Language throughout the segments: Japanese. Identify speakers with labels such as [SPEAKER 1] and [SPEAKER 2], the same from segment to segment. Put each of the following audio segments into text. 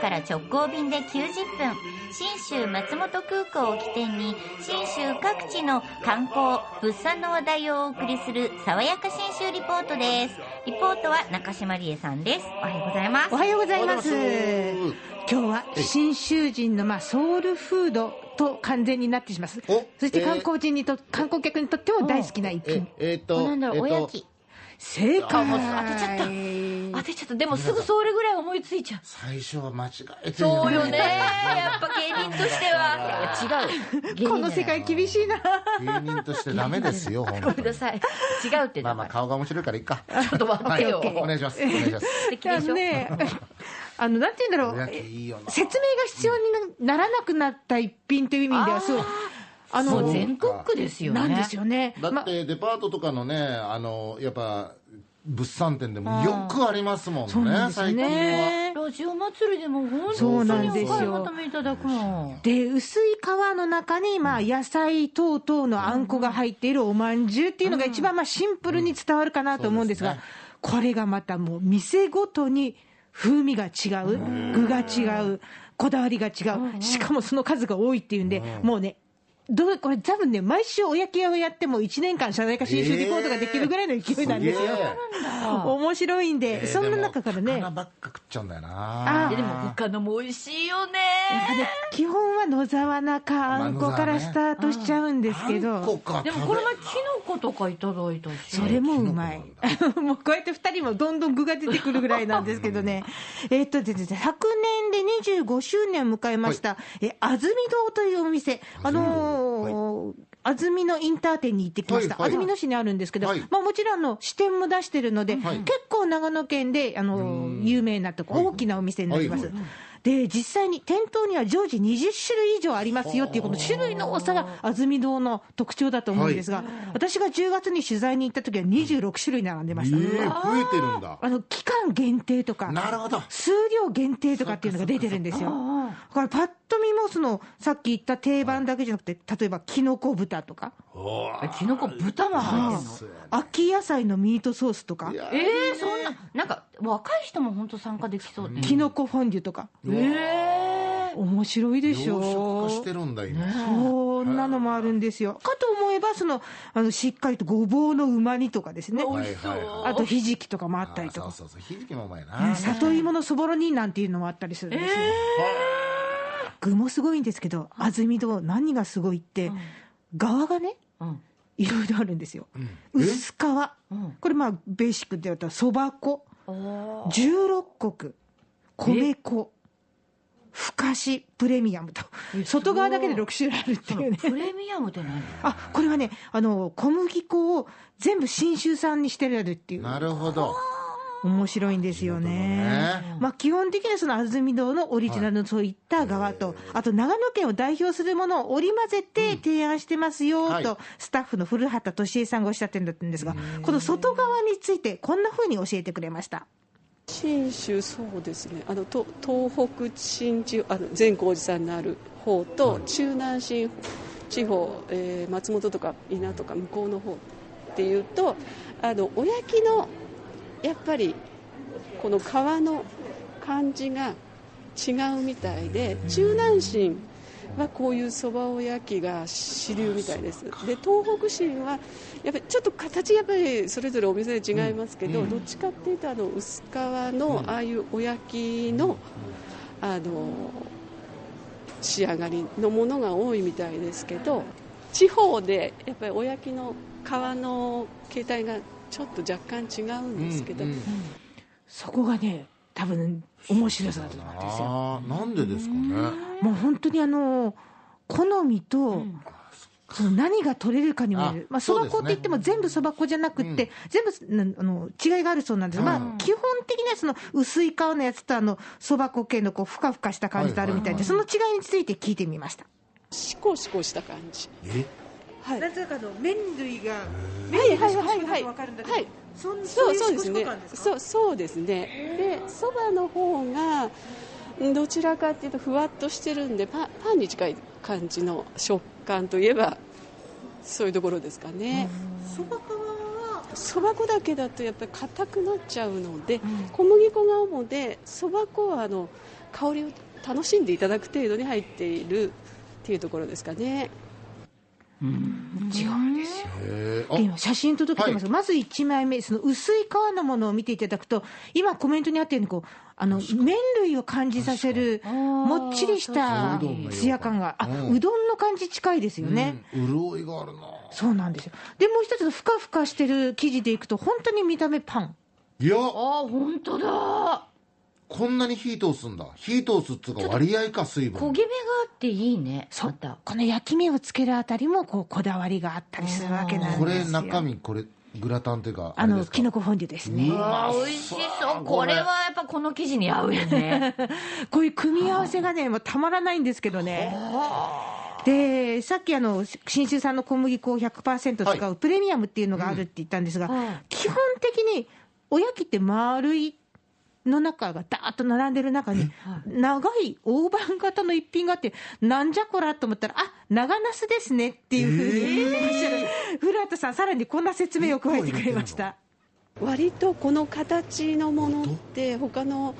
[SPEAKER 1] から直行便で90分信州松本空港を起点に信州各地の観光物産の話題をお送りする「爽やか信州リポート」ですリポートは中島理恵さんですおはようございます
[SPEAKER 2] おはようございます
[SPEAKER 3] おはようございます
[SPEAKER 2] 今日は信州人のまあソウルフードと完全になってしまいます
[SPEAKER 3] お
[SPEAKER 2] そして観光人にと、観光客にとっても大好きな一
[SPEAKER 3] え
[SPEAKER 2] 品
[SPEAKER 3] えーっと
[SPEAKER 1] なんだろう、
[SPEAKER 3] えーっと
[SPEAKER 1] おやき
[SPEAKER 2] 正解
[SPEAKER 1] 当
[SPEAKER 3] はい
[SPEAKER 1] 当てちゃったでもすぐそれぐらい思いついちゃう
[SPEAKER 3] 最初は間違えてる
[SPEAKER 1] そうよねやっぱ芸人としては違う
[SPEAKER 2] この世界厳しいな
[SPEAKER 3] 芸人としてダメで すよ
[SPEAKER 1] ご
[SPEAKER 3] 本当
[SPEAKER 1] めん
[SPEAKER 3] に
[SPEAKER 1] なさい違うって
[SPEAKER 3] まあまあ顔が面白いからいいか
[SPEAKER 1] ちょっと待ってよ
[SPEAKER 3] はいお願いしますお願いします
[SPEAKER 1] 素敵でしょ、
[SPEAKER 2] ね あのなんて言うんだろ
[SPEAKER 3] おや
[SPEAKER 2] う
[SPEAKER 3] きいいよな
[SPEAKER 2] 説明が必要になならなくなった一品という意味ではそうあ
[SPEAKER 1] も
[SPEAKER 2] の
[SPEAKER 1] う全国区ですよね
[SPEAKER 2] なんですよね
[SPEAKER 3] だっ
[SPEAKER 2] ま
[SPEAKER 3] てデパートとかのねあのやっぱ物産展でもよくありますもんね
[SPEAKER 2] そうなんですよ
[SPEAKER 3] 最近は
[SPEAKER 2] ね
[SPEAKER 1] ラジオ祭りでも本
[SPEAKER 2] そう
[SPEAKER 1] 当
[SPEAKER 2] な
[SPEAKER 1] に
[SPEAKER 2] ん
[SPEAKER 1] お
[SPEAKER 2] で
[SPEAKER 1] 買
[SPEAKER 2] す
[SPEAKER 1] い
[SPEAKER 2] よ
[SPEAKER 1] 求めいただくの
[SPEAKER 2] で薄い皮の中に、まあ、野菜等々のあんこが入っているおまんじゅうっていうのが一番まあシンプルに伝わるかなと思うんですが、
[SPEAKER 3] うんそう
[SPEAKER 2] これがまたもう店ごとに風味が違う具が違うこだわりが違うしかもその数が多いっていうんで、もうねどうこれ多分ね毎週おやき屋をやっても1年間謝罪か新州リポートができるぐらいの勢いなんですよ、
[SPEAKER 3] えー
[SPEAKER 2] 面白いん
[SPEAKER 3] え
[SPEAKER 2] で、
[SPEAKER 3] ー
[SPEAKER 2] そんな
[SPEAKER 3] でも
[SPEAKER 2] 中からね
[SPEAKER 3] 魚ばっか食っちゃうんだよな
[SPEAKER 2] あー
[SPEAKER 1] ででも他のも美味しいよね
[SPEAKER 2] で基本は野沢菜かあんこからスタートしちゃうんですけど、
[SPEAKER 3] あんこか
[SPEAKER 1] でもこれはキノコとかいただいたし
[SPEAKER 2] それもうまい
[SPEAKER 3] キノ。
[SPEAKER 2] もうこうやって2人もどんどん具が出てくるぐらいなんですけどね。えっとで、でで昨年で25周年を迎えました、え、安住堂というお店。あ
[SPEAKER 3] 安住堂
[SPEAKER 2] のー、安住のインター店に行ってきました。
[SPEAKER 3] はいはい
[SPEAKER 2] 安住の市にあるんですけど、
[SPEAKER 3] はい
[SPEAKER 2] まあもちろんあの支店も出してるので、
[SPEAKER 3] はい
[SPEAKER 2] 結構長野県で、あのー、有名なとこ、
[SPEAKER 3] はい
[SPEAKER 2] 大きなお店になります。
[SPEAKER 3] はいは
[SPEAKER 2] で実際に店頭には常時20種類以上ありますよっていうこの種類の多さが安住堂の特徴だと思うんですが、私が10月に取材に行った時は26種類並んでました、
[SPEAKER 3] えー増えてるんだ
[SPEAKER 2] あの期間限定とか
[SPEAKER 3] なるほど
[SPEAKER 2] 数量限定とかっていうのが出てるんですよ
[SPEAKER 1] あ
[SPEAKER 2] だからパッと見もそのさっき言った定番だけじゃなくて例えばきのこ豚とか
[SPEAKER 3] おー
[SPEAKER 1] あキノコ豚も入ってるの
[SPEAKER 3] そうやね
[SPEAKER 2] 秋野菜のミートソースとか
[SPEAKER 3] いや
[SPEAKER 1] えー、そんななんか若い人も本当参加できそうで
[SPEAKER 2] きのこフォンデュとか
[SPEAKER 1] ええ
[SPEAKER 2] 面白いで
[SPEAKER 3] 養
[SPEAKER 2] しょ
[SPEAKER 3] 殖化してるんだ今
[SPEAKER 2] そんなのもあるんですよ。かと思えば、その、あの、しっかりとごぼうの旨味とかですね。
[SPEAKER 3] 美味しそうはいはいはい
[SPEAKER 2] あと、ひじきとかもあったりと
[SPEAKER 3] あー
[SPEAKER 2] か。
[SPEAKER 3] そうそうそうひじきもうまいな
[SPEAKER 2] 里芋のそぼろ煮なんていうのもあったりするんですよ。具もすごいんですけど、安住堂何がすごいって、側がね、
[SPEAKER 1] うん
[SPEAKER 2] いろいろあるんですよ。
[SPEAKER 3] え
[SPEAKER 2] 薄皮。
[SPEAKER 1] うん
[SPEAKER 2] これまあ、ベーシックで言ったら、そば粉、
[SPEAKER 1] おー
[SPEAKER 2] 16国、米粉、ふかし、プレミアムと
[SPEAKER 1] え。
[SPEAKER 2] 外側だけで6種類あるっ
[SPEAKER 1] そ
[SPEAKER 2] てい
[SPEAKER 1] の
[SPEAKER 2] うね。
[SPEAKER 1] プレミアムって何
[SPEAKER 2] あこれはねあの小麦粉を全部信州産にしてるやるっていう
[SPEAKER 3] なるほど
[SPEAKER 2] 面白いんですよね。
[SPEAKER 3] ね
[SPEAKER 2] まあ、基本的にはその安住堂のオリジナルのそういった側と、あと長野県を代表するものを織り交ぜて提案してますよ
[SPEAKER 3] はい
[SPEAKER 2] と、スタッフの古畑俊恵さんがおっしゃってるんだったんですが、この外側について、こんなふうに教えてくれました。
[SPEAKER 4] 信州そうですねあのと東北新地あの善光寺さんのある方と、中南新地方、えー松本とか伊那とか向こうの方っていうとあのおやきのやっぱりこの皮の感じが違うみたいで中南新はこういうそばおやきが主流みたいですで東北新はやっぱりちょっと形やっぱりそれぞれお店で違いますけど、どっちかっていうとあの薄皮のああいうおやきのあの仕上がりのものが多いみたいですけど地方でやっぱりおやきの皮の形態がちょっと若干違うんですけど、
[SPEAKER 3] うんうん
[SPEAKER 2] そこがね多分面白さだと思うんですよ。
[SPEAKER 3] あーなんでですかね
[SPEAKER 2] もう本当にあの好みと、
[SPEAKER 1] ん
[SPEAKER 2] その何が取れるかにもよる
[SPEAKER 3] あ
[SPEAKER 2] まあ、そば粉
[SPEAKER 3] そ
[SPEAKER 2] っ
[SPEAKER 3] う
[SPEAKER 2] て言
[SPEAKER 3] ですね
[SPEAKER 2] っても全部そば粉じゃなくって、
[SPEAKER 3] うん
[SPEAKER 2] 全部なあの違いがあるそうなんです、まあ
[SPEAKER 3] うん
[SPEAKER 2] 基本的にはその薄い皮のやつとあのそば粉系のこうふかふかした感じとあるみたいで、
[SPEAKER 3] はいはい
[SPEAKER 2] その違いについて聞いてみました。
[SPEAKER 4] シコシコした感じ
[SPEAKER 3] え
[SPEAKER 4] はい
[SPEAKER 2] ぜかの麺類が
[SPEAKER 4] はいはいはいはいはい
[SPEAKER 2] そん
[SPEAKER 4] そうそうですねそうそうですねでそばの方がんどちらかっていうとふわっとしてるんでパンパンに近い感じの食感といえばそういうところですかね
[SPEAKER 2] そば皮は
[SPEAKER 4] そば粉だけだとやっぱり硬くなっちゃうので、小麦粉が主でそば粉はあの香りを楽しんでいただく程度に入っているっていうところですかね
[SPEAKER 2] 違うんですよ。
[SPEAKER 3] え
[SPEAKER 2] で
[SPEAKER 3] ー、
[SPEAKER 2] 今写真届けてます、まず1枚目、その薄い皮のものを見ていただくと、今、コメントにあったようにこうあの麺類を感じさせる、もっちりした
[SPEAKER 3] 確かに
[SPEAKER 2] 艶感が、あ
[SPEAKER 3] うん
[SPEAKER 2] うどんの感じ、近いですよ
[SPEAKER 3] あ
[SPEAKER 2] ね。
[SPEAKER 3] うん、潤いがあるな
[SPEAKER 2] そうなんですよ。で、もう一つのふかふかしてる生地でいくと、本当に見た目パン。
[SPEAKER 3] いや
[SPEAKER 1] あ本当だ
[SPEAKER 3] こんなに火通すんだ火通すっつうか割合か水分
[SPEAKER 1] 焦げ目があっていいねまた
[SPEAKER 2] この焼き目をつけるあたりも、こう、こだわりがあったりするわけなんですよ。
[SPEAKER 3] これ中身これグラタンっていうか
[SPEAKER 2] あ
[SPEAKER 3] あれで
[SPEAKER 2] の、
[SPEAKER 3] すか
[SPEAKER 2] きのこフォンデュですね
[SPEAKER 3] う。わ
[SPEAKER 1] あ美味しそうこれはやっぱこの生地に合うよね
[SPEAKER 2] こういう組み合わせがね、もうたまらないんですけどね。で、さっきあの、信州産の小麦粉を100%使
[SPEAKER 3] は
[SPEAKER 2] うプレミアムっていうのがあるって言ったんですが、
[SPEAKER 1] うん
[SPEAKER 2] 基本的におやきって丸いの中がダーッと並んでる中に、長い大判型の一品があって、なんじゃこらと思ったら、あ長ナスですねっていうふうに、おっしゃる 古畑さん、さらにこんな説明を加えてくれました。
[SPEAKER 4] 割とこの形のものって他の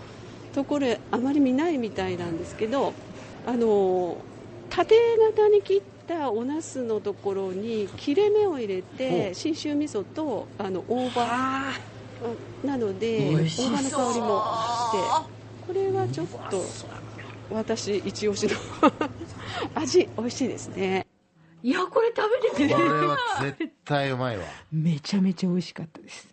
[SPEAKER 4] ところへあまり見ないみたいなんですけどあの縦型に切ったお茄子のところに切れ目を入れ
[SPEAKER 3] ほ
[SPEAKER 4] て
[SPEAKER 3] う
[SPEAKER 4] 信州味噌とあの大葉なので大
[SPEAKER 1] 美味しそう
[SPEAKER 4] 葉の香りもしてこれはちょっと私一押しの 味美味しいですね
[SPEAKER 1] いやこれ食べてみ
[SPEAKER 3] こ
[SPEAKER 1] たい
[SPEAKER 3] れは絶対うまいわ
[SPEAKER 2] めちゃめちゃ美味しかったです。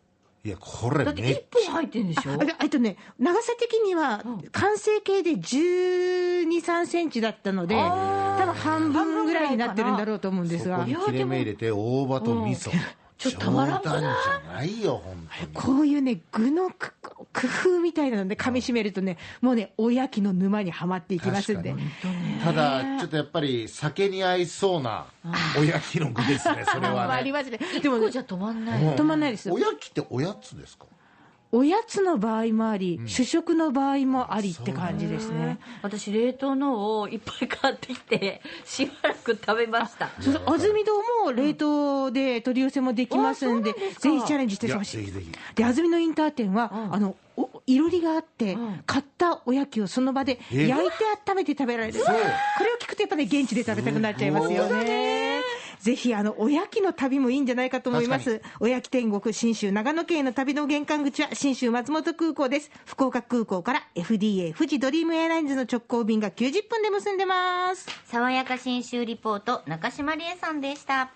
[SPEAKER 3] いやこれ
[SPEAKER 1] だって
[SPEAKER 3] めっ
[SPEAKER 1] 1本入ってんでしょ
[SPEAKER 2] ああえっとね、長さ的には
[SPEAKER 1] うん
[SPEAKER 2] 完成形で12、3センチだったので、多分半分ぐらいになってるんだろうと思うんです
[SPEAKER 3] そこ
[SPEAKER 2] が、
[SPEAKER 3] に切れ目入れて大葉と味噌
[SPEAKER 1] ちょっとたまらん
[SPEAKER 3] 冗
[SPEAKER 1] か
[SPEAKER 3] 談じ
[SPEAKER 1] な
[SPEAKER 3] ゃないよ本当に
[SPEAKER 2] こういうね、具のく工夫みたいなので、噛み締めるとね、もうね、おやきの沼にはまっていきますんで
[SPEAKER 3] 確か、ただちょっとやっぱり酒に合いそうなおやきの具ですねそれ
[SPEAKER 2] あ
[SPEAKER 3] は
[SPEAKER 2] り
[SPEAKER 3] ね
[SPEAKER 2] ますね、で
[SPEAKER 1] で
[SPEAKER 2] も
[SPEAKER 1] も
[SPEAKER 2] ね、
[SPEAKER 1] じゃ止まんない、
[SPEAKER 3] うん
[SPEAKER 2] 止まんないですよ
[SPEAKER 3] お、やきっておやつですか
[SPEAKER 2] おやつの場合もあり、主食の場合もありって感じですね。
[SPEAKER 1] 私冷凍のをいっぱい買ってきてしばらく食べました
[SPEAKER 2] そうそう安住堂も冷凍で取り寄せもできますんで、
[SPEAKER 1] うんあそうなんですか
[SPEAKER 2] ぜひチャレンジし
[SPEAKER 3] い
[SPEAKER 2] て
[SPEAKER 3] や
[SPEAKER 2] ほ
[SPEAKER 3] ぜ
[SPEAKER 2] しい
[SPEAKER 3] ひぜひ
[SPEAKER 2] で安曇野インター店は、
[SPEAKER 1] うん
[SPEAKER 2] あのおいろりがあって、
[SPEAKER 1] うん
[SPEAKER 2] 買ったおやきをその場で焼
[SPEAKER 3] え
[SPEAKER 2] いて温めて食べられる、
[SPEAKER 3] そう
[SPEAKER 2] これを聞くとやっぱり、ね、現地で食べたくなっちゃいますよね。ぜひあのおやきの旅もいいんじゃないかと思いま
[SPEAKER 3] 確
[SPEAKER 2] すおやき天国信州長野県への旅の玄関口は信州松本空港です福岡空港から FDA 富士ドリームエアラインズの直行便が90分で結んでます
[SPEAKER 1] 爽やか新州リポート中島理恵さんでした